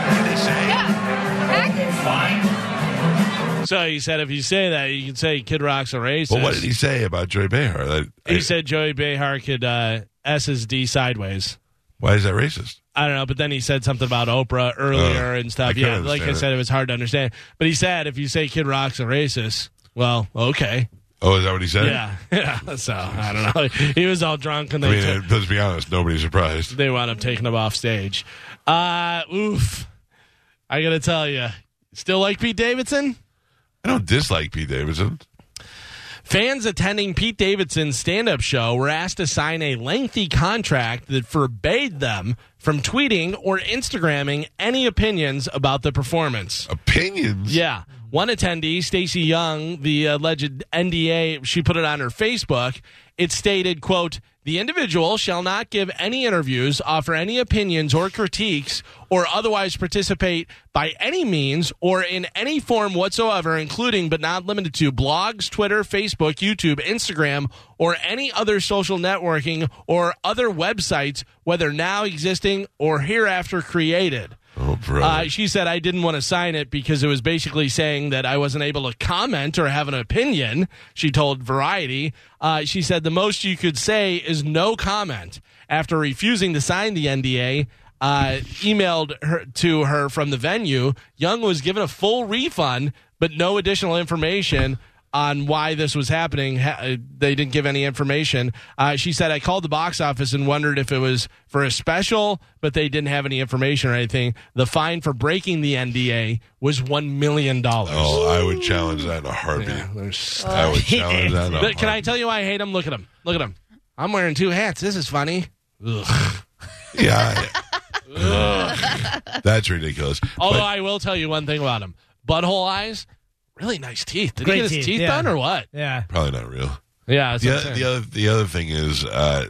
what did they say? Okay, fine.
So he said if you say that, you can say Kid Rock's a racist.
But what did he say about Joy Behar? That,
He said Joey Behar could uh, S his D sideways.
why is that racist?
I don't know, but then he said something about Oprah earlier
Uh,
and
I
stuff.
couldn't
Yeah, like I
understand
said, it was hard to understand. But he said if you say Kid Rock's a racist, well, okay,
Oh, is that what he said?
yeah, yeah. So I don't know. He was all drunk and
I
they
mean,
took-
uh, let's be honest. Nobody's surprised.
they wound up taking him off stage. Uh, oof. I gotta tell you, still like Pete Davidson.
I don't dislike Pete Davidson.
Fans attending Pete Davidson's stand up show were asked to sign a lengthy contract that forbade them from tweeting or Instagramming any opinions about the performance.
Opinions.
Yeah. One attendee, Stacy Young, the alleged NDA, she put it on her Facebook. It stated, quote, the individual shall not give any interviews, offer any opinions or critiques, or otherwise participate by any means or in any form whatsoever, including but not limited to blogs, Twitter, Facebook, YouTube, Instagram, or any other social networking or other websites, whether now existing or hereafter created.
Oh, bro.
Uh, she said I didn't want to sign it because it was basically saying that I wasn't able to comment or have an opinion. She told Variety. Uh, she said the most you could say is no comment. After refusing to sign the NDA, uh, emailed her, to her from the venue. Young was given a full refund, but no additional information on why this was happening. Ha- uh, They didn't give any information. Uh, she said, I called the box office and wondered if it was for a special, but they didn't have any information or anything. The fine for breaking the NDA was $1 million.
oh, I would challenge that in a heartbeat. I would challenge that. In a
But can I
heartbeat.
tell you why I hate him? Look at him. Look at him. I'm wearing two hats. This is funny. Ugh.
Yeah. I- That's ridiculous.
Although I will tell you one thing about him butthole eyes, really nice teeth. Did
Great
he get his teeth,
teeth, yeah.
done or what?
Yeah.
But probably not real.
Yeah. that's what I'm
Yeah.
saying.
The other the other thing is, uh,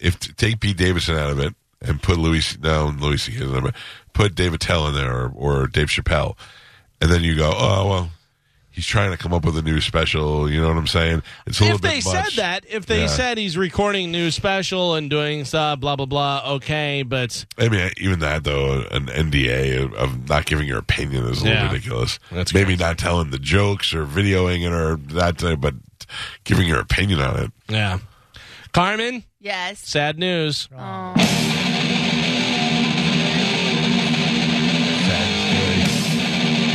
if take Pete Davidson out of it and put Louis no Louis C.K. is not- put David Tell in there or, or Dave Chappelle, and then you go, oh well, he's trying to come up with a new special. You know what I'm saying? It's a
if
little
they
bit
said
much.
that, if they
Yeah.
said he's recording new special and doing stuff, blah blah blah, okay, but
I mean, even that though, an NDA of- of not giving your opinion is a little
Yeah.
ridiculous.
That's
Maybe not telling the jokes or videoing it or that, uh, but giving your opinion on it.
yeah. Carmen,
Yes.
sad news.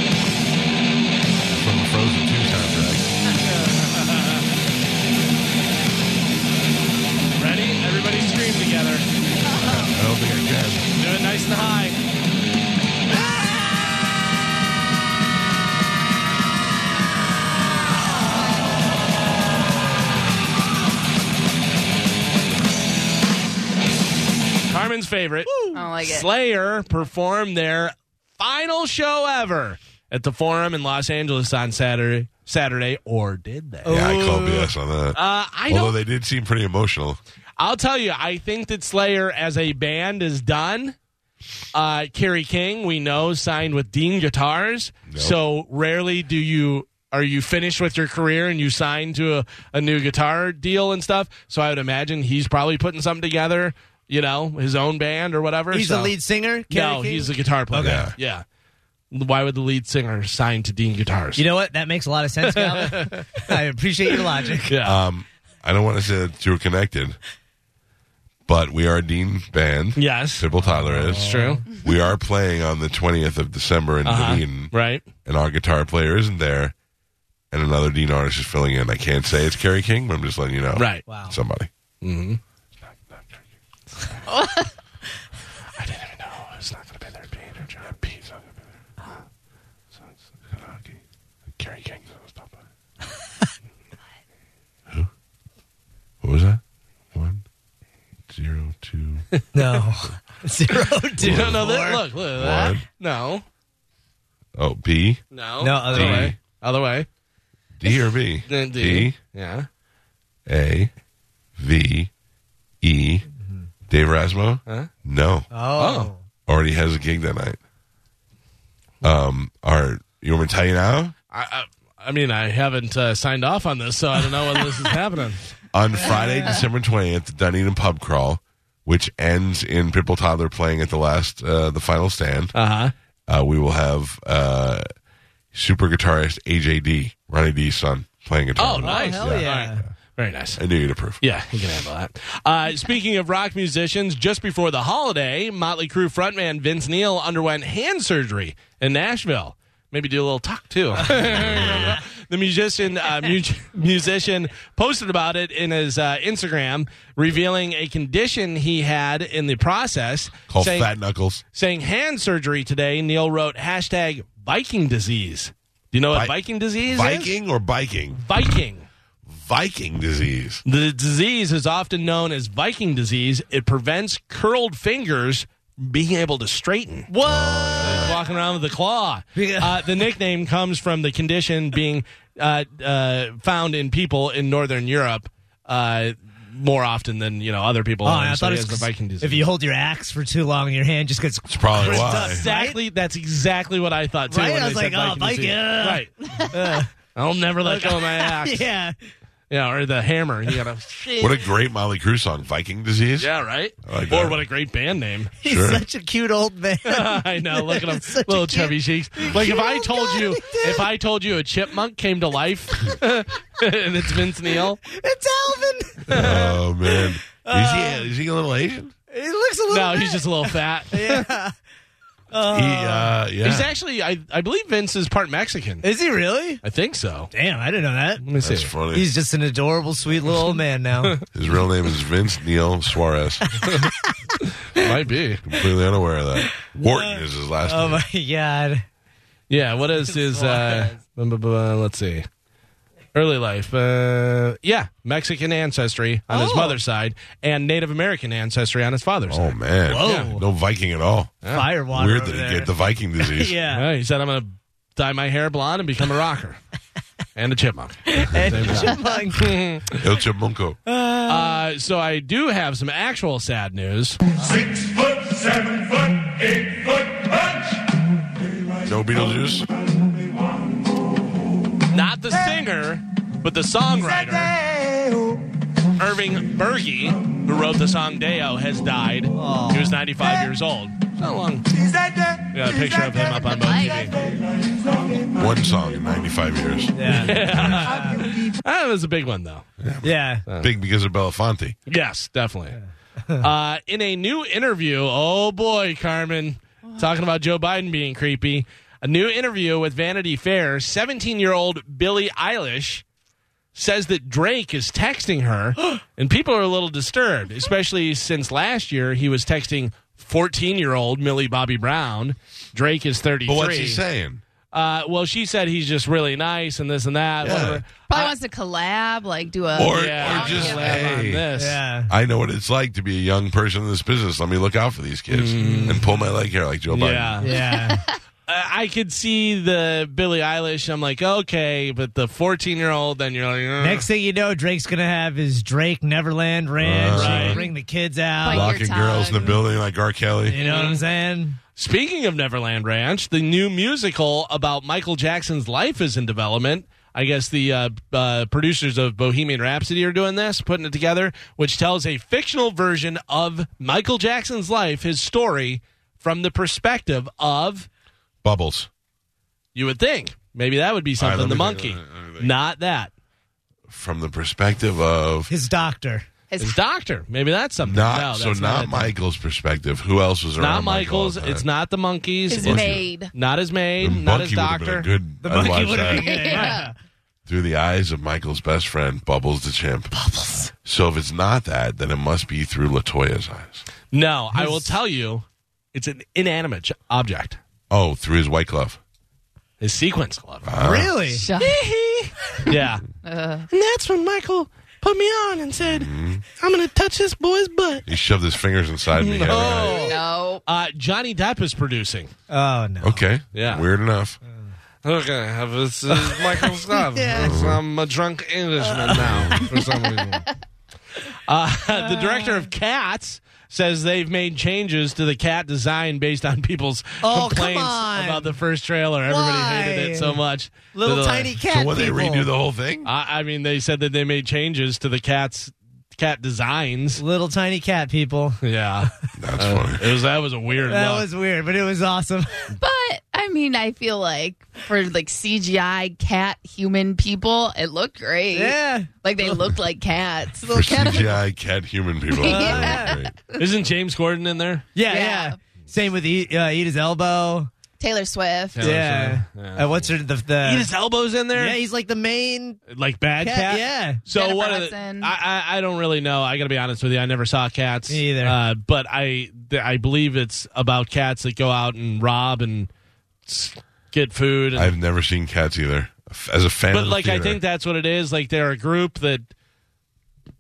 From the Frozen Two soundtrack.
Ready? Everybody scream together.
I don't think I can.
Do it nice and high. Carmen's favorite.
I don't like it.
Slayer performed their final show ever at the Forum in Los Angeles on Saturday. Saturday, or did they?
Yeah, I call BS on that.
Uh, I
Although
don't.
they did seem pretty emotional.
I'll tell you. I think that Slayer as a band is done. Uh, Kerry King, we know, signed with Dean Guitars. So rarely do you are you finished with your career and you sign to a, a new guitar deal and stuff. So I would imagine he's probably putting something together. You know, his own band or whatever.
He's
so.
the lead singer? Kerry
No,
King?
he's a guitar player.
Okay.
Yeah. Why would the lead singer sign to Dean Guitars?
You know what? That makes a lot of sense, Calvin. I appreciate your logic.
yeah.
Um, I don't want to say that two are connected, but we are a Dean band.
Yes.
Sybil Tyler is.
It's true.
We are playing on the 20th of December in
Uh-huh.
Dunedin,
Right.
and our guitar player isn't there, and another Dean artist is filling in. I can't say it's Kerry King, but I'm just letting you know.
Right. Mm-hmm.
Wow.
Somebody.
I didn't even know it's not going to be there. Pete or John Pete's not going to be there. So it's Kanaki. Kerry King's going to stop by.
What was that? One, zero, two,
No. Zero two.
No, no,
four.
that, look, look at that.
What?
No,
oh, B,
no,
No,
other
other
D.
way, other way.
D or B?
Then D.
D,
Yeah,
A, V, E. Dave Rasmo?
Huh?
No.
Oh.
Already has a gig that night. Um, our, you want me to tell you now?
I, I, I mean, I haven't uh, signed off on this, so I don't know whether this is happening.
on Friday, December 20th, the Dunedin Pub Crawl, which ends in Pitbull Toddler playing at the last, uh, the final stand.
Uh huh.
Uh, we will have uh, super guitarist AJD, Ronnie D's son, playing guitar.
Oh, nice.
hell yeah.
All right. Very nice.
I knew you'd approve.
Yeah, you can handle that. Uh, speaking of rock musicians, just before the holiday, Motley Crue frontman Vince Neil underwent hand surgery in Nashville. Maybe do a little talk too. the musician uh, mu- musician posted about it in his uh, Instagram, revealing a condition he had in the process.
Called
saying-
Fat Knuckles.
saying hand surgery today, Neil wrote hashtag Viking disease. Do you know what
Vi-
Viking disease is?
Viking or biking?
Viking.
Viking disease.
The disease is often known as Viking disease. It prevents curled fingers being able to straighten. What? Walking around with a claw.
Yeah.
Uh, the nickname comes from the condition being uh, uh, found in people in Northern Europe. Uh, more often than you know, other people.
Oh, I
obviously,
thought it
as
was
the Viking disease.
If you hold your axe for too long, your hand just gets.
It's probably why.
Exactly. That's exactly what I thought too.
Right?
when
I was
they said
like, oh,
Viking disease. Right.
Viking,
Ugh. I'll never let go of my axe. yeah.
Yeah.
or the hammer. You gotta.
What a great Molly Crew song, Viking disease.
yeah, right.
I like
or
that.
what a great band name.
He's
Sure.
such a cute old man.
I know. Look at him,
Such a
little
cute-
chubby cheeks. Like if I
old
told
guy
you,
like that.
if I told you a chipmunk came to life, and it's Vince Neil.
it's Alvin.
Oh, man. Is,
Uh,
he, is he a little Asian?
He looks a little.
No,
bit.
he's just a little fat.
Yeah.
he, uh, yeah.
He's actually, I, I believe Vince is part Mexican.
Is he really?
I think so.
Damn, I didn't know that.
Let me
That's
see.
funny.
He's just an adorable, sweet little old man now.
His real name is Vince Neil Suarez.
Might be.
Completely unaware of that. Wharton is his last
oh
name.
my god.
Yeah, what is his uh bu- bu- bu- uh, let's see. Early life. Uh yeah, Mexican ancestry on his
Oh.
mother's side and Native American ancestry on his father's
Oh
side.
man!
Whoa.
Yeah. No Viking at all.
Fire water.
Weird
over
that he
there.
get the Viking disease.
yeah.
Yeah, he said I'm going to dye my hair blonde and become a rocker. and a chipmunk.
Chipmunk.
El Chimunco.
Uh, so I do have some actual sad news.
Six foot, seven foot, eight foot punch.
No Beetlejuice.
Not the singer, but the songwriter. Irving Berge, who wrote the song Deo, has died. He was 95 years old. Not long. We got a picture of him up on both TV.
One song in 95 years.
yeah.
That was a big one, though.
Yeah.
Big because of Belafonte.
Yes, definitely. uh, in a new interview, oh boy, Carmen, talking about Joe Biden being creepy. A new interview with Vanity Fair, 17 year old Billie Eilish says that Drake is texting her, and people are a little disturbed, especially since last year he was texting 14 year old Millie Bobby Brown. Drake is 33.
But what's he saying?
Uh, well, she said he's just really nice and this and that.
Yeah.
whatever.
Probably wants to collab, like do a.
Or-
Yeah,
or just
collab on
hey,
this.
Yeah.
I know what it's like to be a young person in this business. Let me look out for these kids and pull my leg hair like Joe Biden.
Yeah.
Mm. Yeah.
I I could see the Billie Eilish. I'm like, okay, but the 14 year old, then you're like, "Ugh."
Next thing you know, Drake's gonna have his Drake Neverland
Right.
ranch. He's gonna Bring the kids out.
Like-
Locking
Your tongue.
girls in the building like R. Kelly.
you know what I'm saying?
Speaking of Neverland Ranch, the new musical about Michael Jackson's life is in development. I guess the uh, uh, producers of Bohemian Rhapsody are doing this, putting it together, which tells a fictional version of Michael Jackson's life, his story, from the perspective of
Bubbles.
You would think maybe that would be
right,
something.
let
the
me
monkey,
think, let me think.
not that.
From the perspective of
His doctor.
His doctor. Maybe that's something.
not
no,
so
that's
not,
it.
Michael's perspective. Who else was around?
Not
Michael all
Michael's.
the time?
It's not the monkeys.
His
it's
maid.
Not his
The
maid. Not his
monkey would've been a
doctor.
good-
The
I'd
monkey
watch
would
that.
have been yeah.
through the eyes of Michael's best friend, Bubbles the chimp. Bubbles. So if it's not that, then it must be through Latoya's eyes.
No, I will tell you, it's an inanimate j- object.
Oh, through his white glove.
His sequence glove.
Uh. Uh-huh.
Really?
Shut
yeah. and that's when Michael put me on and said,
Mm-hmm.
"I'm going to touch this boy's butt."
He shoved his fingers inside me. Yeah,
no.
Uh, Johnny Depp is producing.
Oh no.
right. Okay.
Yeah.
Weird enough.
Okay, uh, this is Michael Scott. I'm a drunk Englishman now for some reason. Uh, the director of Cats says they've made changes to the cat design based on people's
Oh, come
complaints
on.
about the first trailer. Everybody hated it so
Why?
much.
Little
They're like-
tiny cat.
so when
people.
they redo the whole thing?
I, I mean, they said that they made changes to the cat's cat designs.
Little tiny cat people.
Yeah,
That's
Uh,
funny.
it was that was a weird
That
look.
was weird, but it was awesome.
But I mean, I feel like for like CGI cat human people, it looked great.
yeah.
Like they looked like cats.
For CGI cat human people.
Yeah.
Great.
Isn't James Corden in there?
Yeah, yeah.
Yeah.
Same with eat, uh, eat his elbow.
Taylor Swift.
Yeah.
Yeah.
Yeah.
Uh, what's her the, the
Eat his elbows in there?
Yeah, he's like the main
like bad
cat.
cat.
Yeah.
So
Jennifer
what? Are the, I,
Hudson.
I I don't really know. I got to be honest with you. I never saw cats
Me either.
Uh, but I th- I believe it's about cats that go out and rob and s- get food. And,
I've never seen cats either. As a fan, of
but
the
like I
theater,
think that's what it is. Like they're a group that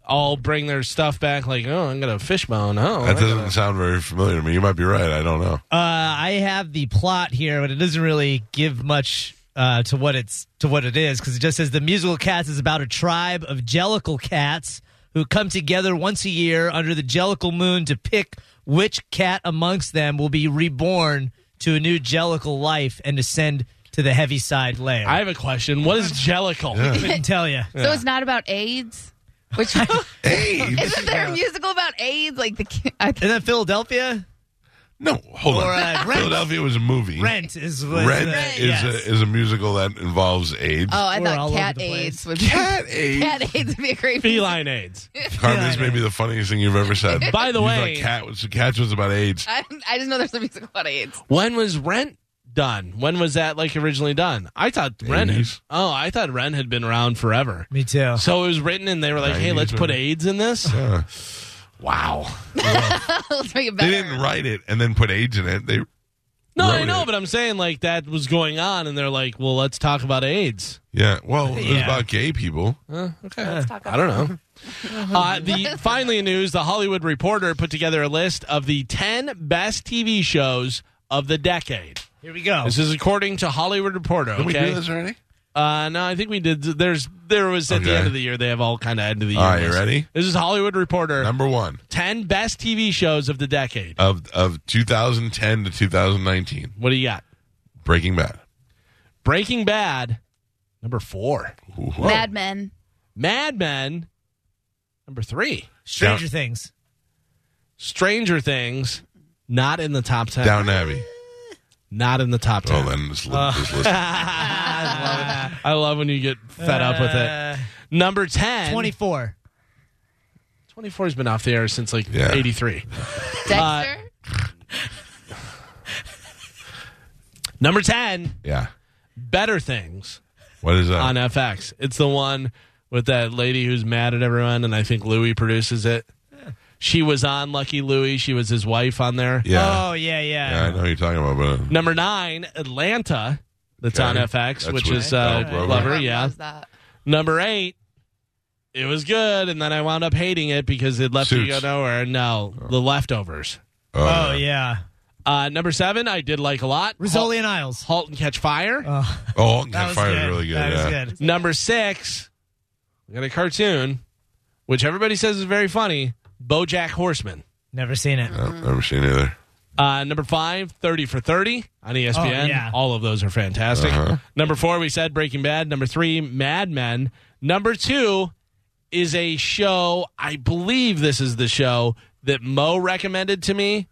all bring their stuff back. Like oh, I'm gonna fishbone. Oh, I
that
gotta-
doesn't sound very familiar to me. You might be right. I don't know.
Uh, I have the plot here, but it doesn't really give much uh, to what it's to what it is because it just says the musical cats is about a tribe of jellicle cats who come together once a year under the jellicle moon to pick which cat amongst them will be reborn to a new jellicle life and ascend to the heavy side layer.
I have a question. What is Jellicle?
couldn't tell you.
So it's not about AIDS? Which
AIDS?
isn't there a musical about AIDS? Like the ki- I
And then Philadelphia,
No, hold
Or,
on.
uh, Rent.
Philadelphia was a movie.
Rent is was,
Rent
uh,
is
yes.
a, is a musical that involves AIDS.
Oh, I
We're all
thought
over
cat
the
AIDS
place.
would be
cat AIDS.
cat AIDS would be a great
Feline AIDS.
Carmen, this may be the funniest thing you've ever said.
By the
You
way-
thought cat was cats was about AIDS.
I, I just know there's a musical about AIDS.
When was Rent done? When was that like originally done? I thought Rent.
80s.
Oh, I thought Rent had been around forever.
Me too.
So it was written, and they were like, "Hey, let's put AIDS in this."
Yeah.
Wow.
Let's make it
They
better.
didn't write it and then put AIDS in it. They
No, I
Wrote
know,
it.
but I'm saying like that was going on, and they're like, "Well, let's talk about AIDS."
yeah. Well, it was
Yeah.
about gay people.
Okay, I don't know. uh, the finally in news: The Hollywood Reporter put together a list of the ten best TV shows of the decade.
Here we go.
This is according to Hollywood Reporter. Okay,
Did Oh. we do this already?
Uh, no, I think we did. There's there was at
Okay.
the end of the year. They have all kind of end of the year.
All right, you
lists.
ready?
This is Hollywood Reporter.
Number one
ten best TV shows of the decade.
of of 2010 to 2019.
What do you got?
Breaking Bad.
Breaking Bad, number four.
Whoa.
Mad Men.
Mad Men, number three.
Stranger
Down-
Things.
Stranger Things, not in the top ten.
Down Abbey.
Not in the top ten.
Oh, then this, li-
Uh,
this list.
I love when you get fed up with it.
Uh,
Number ten.
24.
24 has been off the air since like
Yeah.
83.
Dexter.
Number 10,
Yeah.
Better Things
What is that?
on FX. It's the one with that lady who's mad at everyone, and I think Louie produces it. She was on Lucky Louie. She was his wife on there.
yeah.
Oh, yeah, yeah.
yeah. I know what you're talking about, but
Number nine, Atlanta, that's
Okay.
on FX,
That's
which
with
is uh,
Donald Glover.
Glover,
Everyone
yeah.
loves that.
Number eight, it was good, and then I wound up hating it because it left you
Suits. Oh.
go nowhere. No, The Leftovers.
Oh, yeah.
Uh, number seven, I did like a lot.
Rizzoli
Halt,
and Isles.
halt and Catch Fire.
Oh,
Oh, and
that was
Fire
good.
is really good.
That
yeah.
was good.
Number six, we got a cartoon, which everybody says is very funny, BoJack Horseman.
Never seen it.
I've never seen it either.
Uh, number five, 30 for 30 on E ESPN.
Oh, yeah.
All of those are fantastic.
Uh-huh.
Number four, we said Breaking Bad. Number three, Mad Men. Number two is a show, I believe this is the show that Mo recommended to me,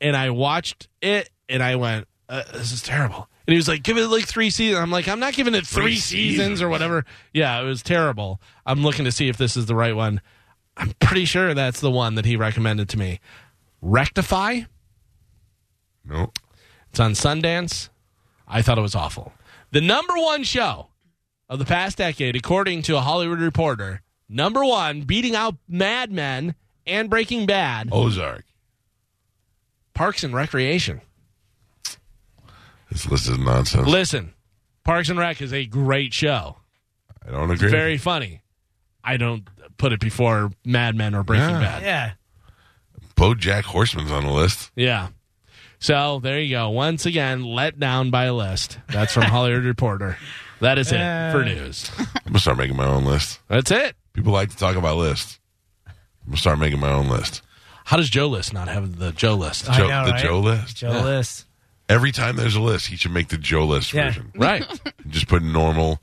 and I watched it and I went, uh, this is terrible. And he was like, give it like three seasons. I'm like, I'm not giving it three, seasons or whatever. Yeah, it was terrible. I'm looking to see if this is the right one. I'm pretty sure that's the one that he recommended to me. Rectify.
No.
It's on Sundance. I thought it was awful. The number one show of the past decade, according to a Hollywood Reporter, number one, beating out Mad Men and Breaking
Oh.
Bad,
Ozark
Parks and Recreation.
This list is nonsense.
Listen, Parks and Rec is a great show.
I don't agree.
Very funny. I don't put it before Mad Men or Breaking
Yeah.
Bad.
Yeah.
BoJack Horseman's on the list.
Yeah. So there you go. Once again, let down by a list. That's from Hollywood Reporter. That is it for news.
I'm gonna start making my own list.
That's it.
People like to talk about lists. I'm gonna start making my own list.
How does Joe List not have the Joe List?
I
Joe,
know,
the
right?
Joe list.
Joe List.
Every time there's a list, he should make the Joe list
Yeah.
version.
Right.
Just put normal,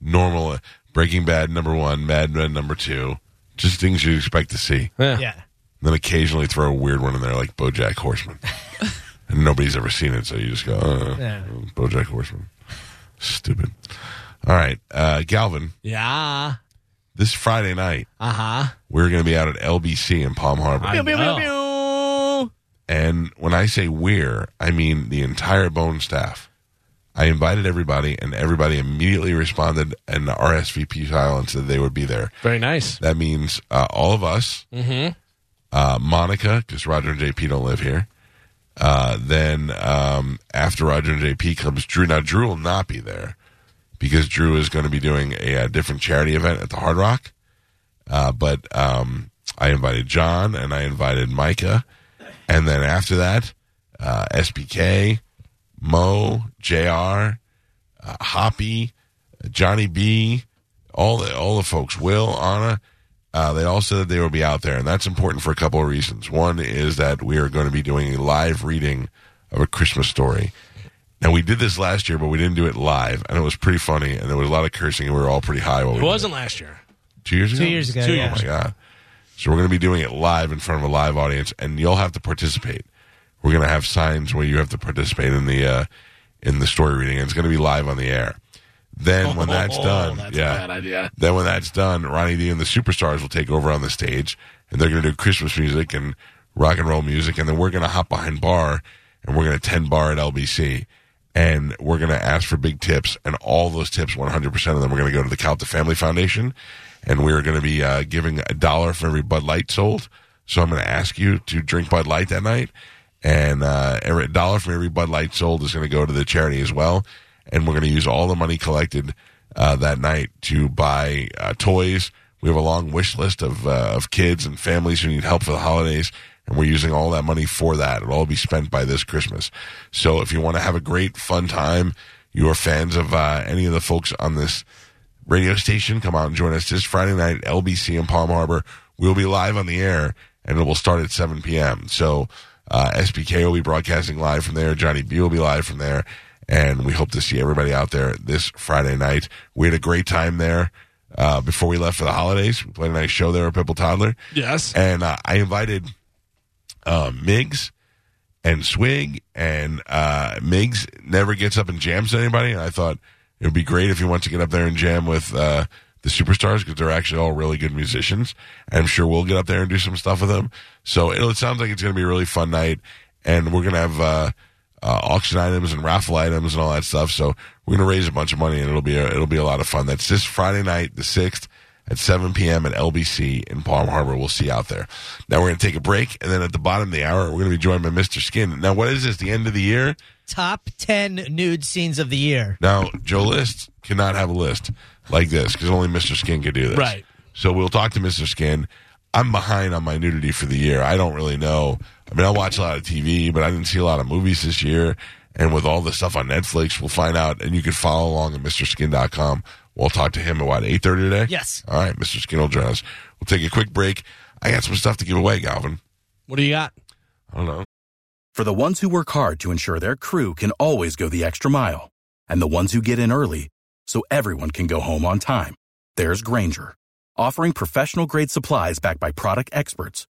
normal. uh, Breaking Bad number one, Mad Men number two. Just things you'd expect to see.
Yeah.
Yeah.
And then occasionally throw a weird one in there like BoJack Horseman, and nobody's ever seen it, so you just go, uh,
Yeah.
BoJack Horseman, stupid. All right, uh, Galvin.
Yeah.
This Friday night,
Uh huh.
we're going to be out at LBC in Palm Harbor.
Oh.
And when I say we're, I mean the entire Bone staff. I invited everybody, and everybody immediately responded and RSVP silence that they would be there.
Very nice.
That means uh, all of us, mm-hmm. uh, Monica, because Roger and JP don't live here. Uh, then um, after Roger and JP comes Drew. Now Drew will not be there because Drew is going to be doing a, uh different charity event at the Hard Rock. Uh, but um, I invited John and I invited Micah, and then after that, uh, SBK, Mo, Jr uh, Hoppy, Johnny B, all the all the folks, Will, Anna, uh, they all said that they will be out there, and that's important for a couple of reasons. One is that we are going to be doing a live reading of a Christmas story. Now we did this last year, but we didn't do it live, and it was pretty funny, and there was a lot of cursing, and we were all pretty high. While we
It
did
wasn't last year.
two years ago.
Two years ago,
Two-
yeah.
Oh my god! So we're going to be doing it live in front of a live audience, and you'll have to participate. We're going to have signs where you have to participate in the uh, in the story reading, and it's going to be live on the air. Then when that's done,
Oh, that's a
yeah.
bad idea.
Then when that's done, Ronnie D and the Superstars will take over on the stage, and they're going to do Christmas music and rock and roll music, and then we're going to hop behind bar, and we're going to ten bar at LBC, and we're going to ask for big tips, and all those tips, one hundred percent of them, are going to go to the Count the Family Foundation, and we're going to be uh, giving a dollar for every Bud Light sold. So I'm going to ask you to drink Bud Light that night, and uh, every dollar from every Bud Light sold is going to go to the charity as well, and we're going to use all the money collected uh, that night to buy uh, toys. We have a long wish list of uh, of kids and families who need help for the holidays, and we're using all that money for that. It'll all be spent by this Christmas. So if you want to have a great fun time, you are fans of uh, any of the folks on this radio station, come out and join us this Friday night at LBC in Palm Harbor. We'll be live on the air, and it will start at 7 p.m. So uh, SBK will be broadcasting live from there. Johnny B will be live from there and we hope to see everybody out there this Friday night. We had a great time there uh, before we left for the holidays. We played a nice show there at Pipple Toddler,
Yes.
and uh, I invited uh, Miggs and Swig, and uh, Miggs never gets up and jams to anybody. And I thought it would be great if he wants to get up there and jam with uh, the superstars because they're actually all really good musicians. And I'm sure we'll get up there and do some stuff with them. So it'll, it sounds like it's going to be a really fun night, and we're going to have. Uh, uh, auction items and raffle items and all that stuff. So we're going to raise a bunch of money and it'll be a, it'll be a lot of fun. That's this Friday night, the sixth at 7 p.m. at LBC in Palm Harbor. We'll see you out there. Now we're going to take a break, and then at the bottom of the hour, we're going to be joined by Mr. Skin. Now, what is this? The end of the year?
Top 10 nude scenes of the year.
Now, Joe List cannot have a list like this because only Mr. Skin could do this.
Right.
So we'll talk to Mr. Skin. I'm behind on my nudity for the year. I don't really know. I mean, I watch a lot of TV, but I didn't see a lot of movies this year. And with all the stuff on Netflix, we'll find out. And you can follow along at MrSkin.com. We'll talk to him at what, 8.30 today?
Yes.
All right, Mr. Skin will join us. We'll take a quick break. I got some stuff to give away, Galvin.
What do you got?
I don't know.
For the ones who work hard to ensure their crew can always go the extra mile, and the ones who get in early so everyone can go home on time, there's Granger, offering professional grade supplies backed by product experts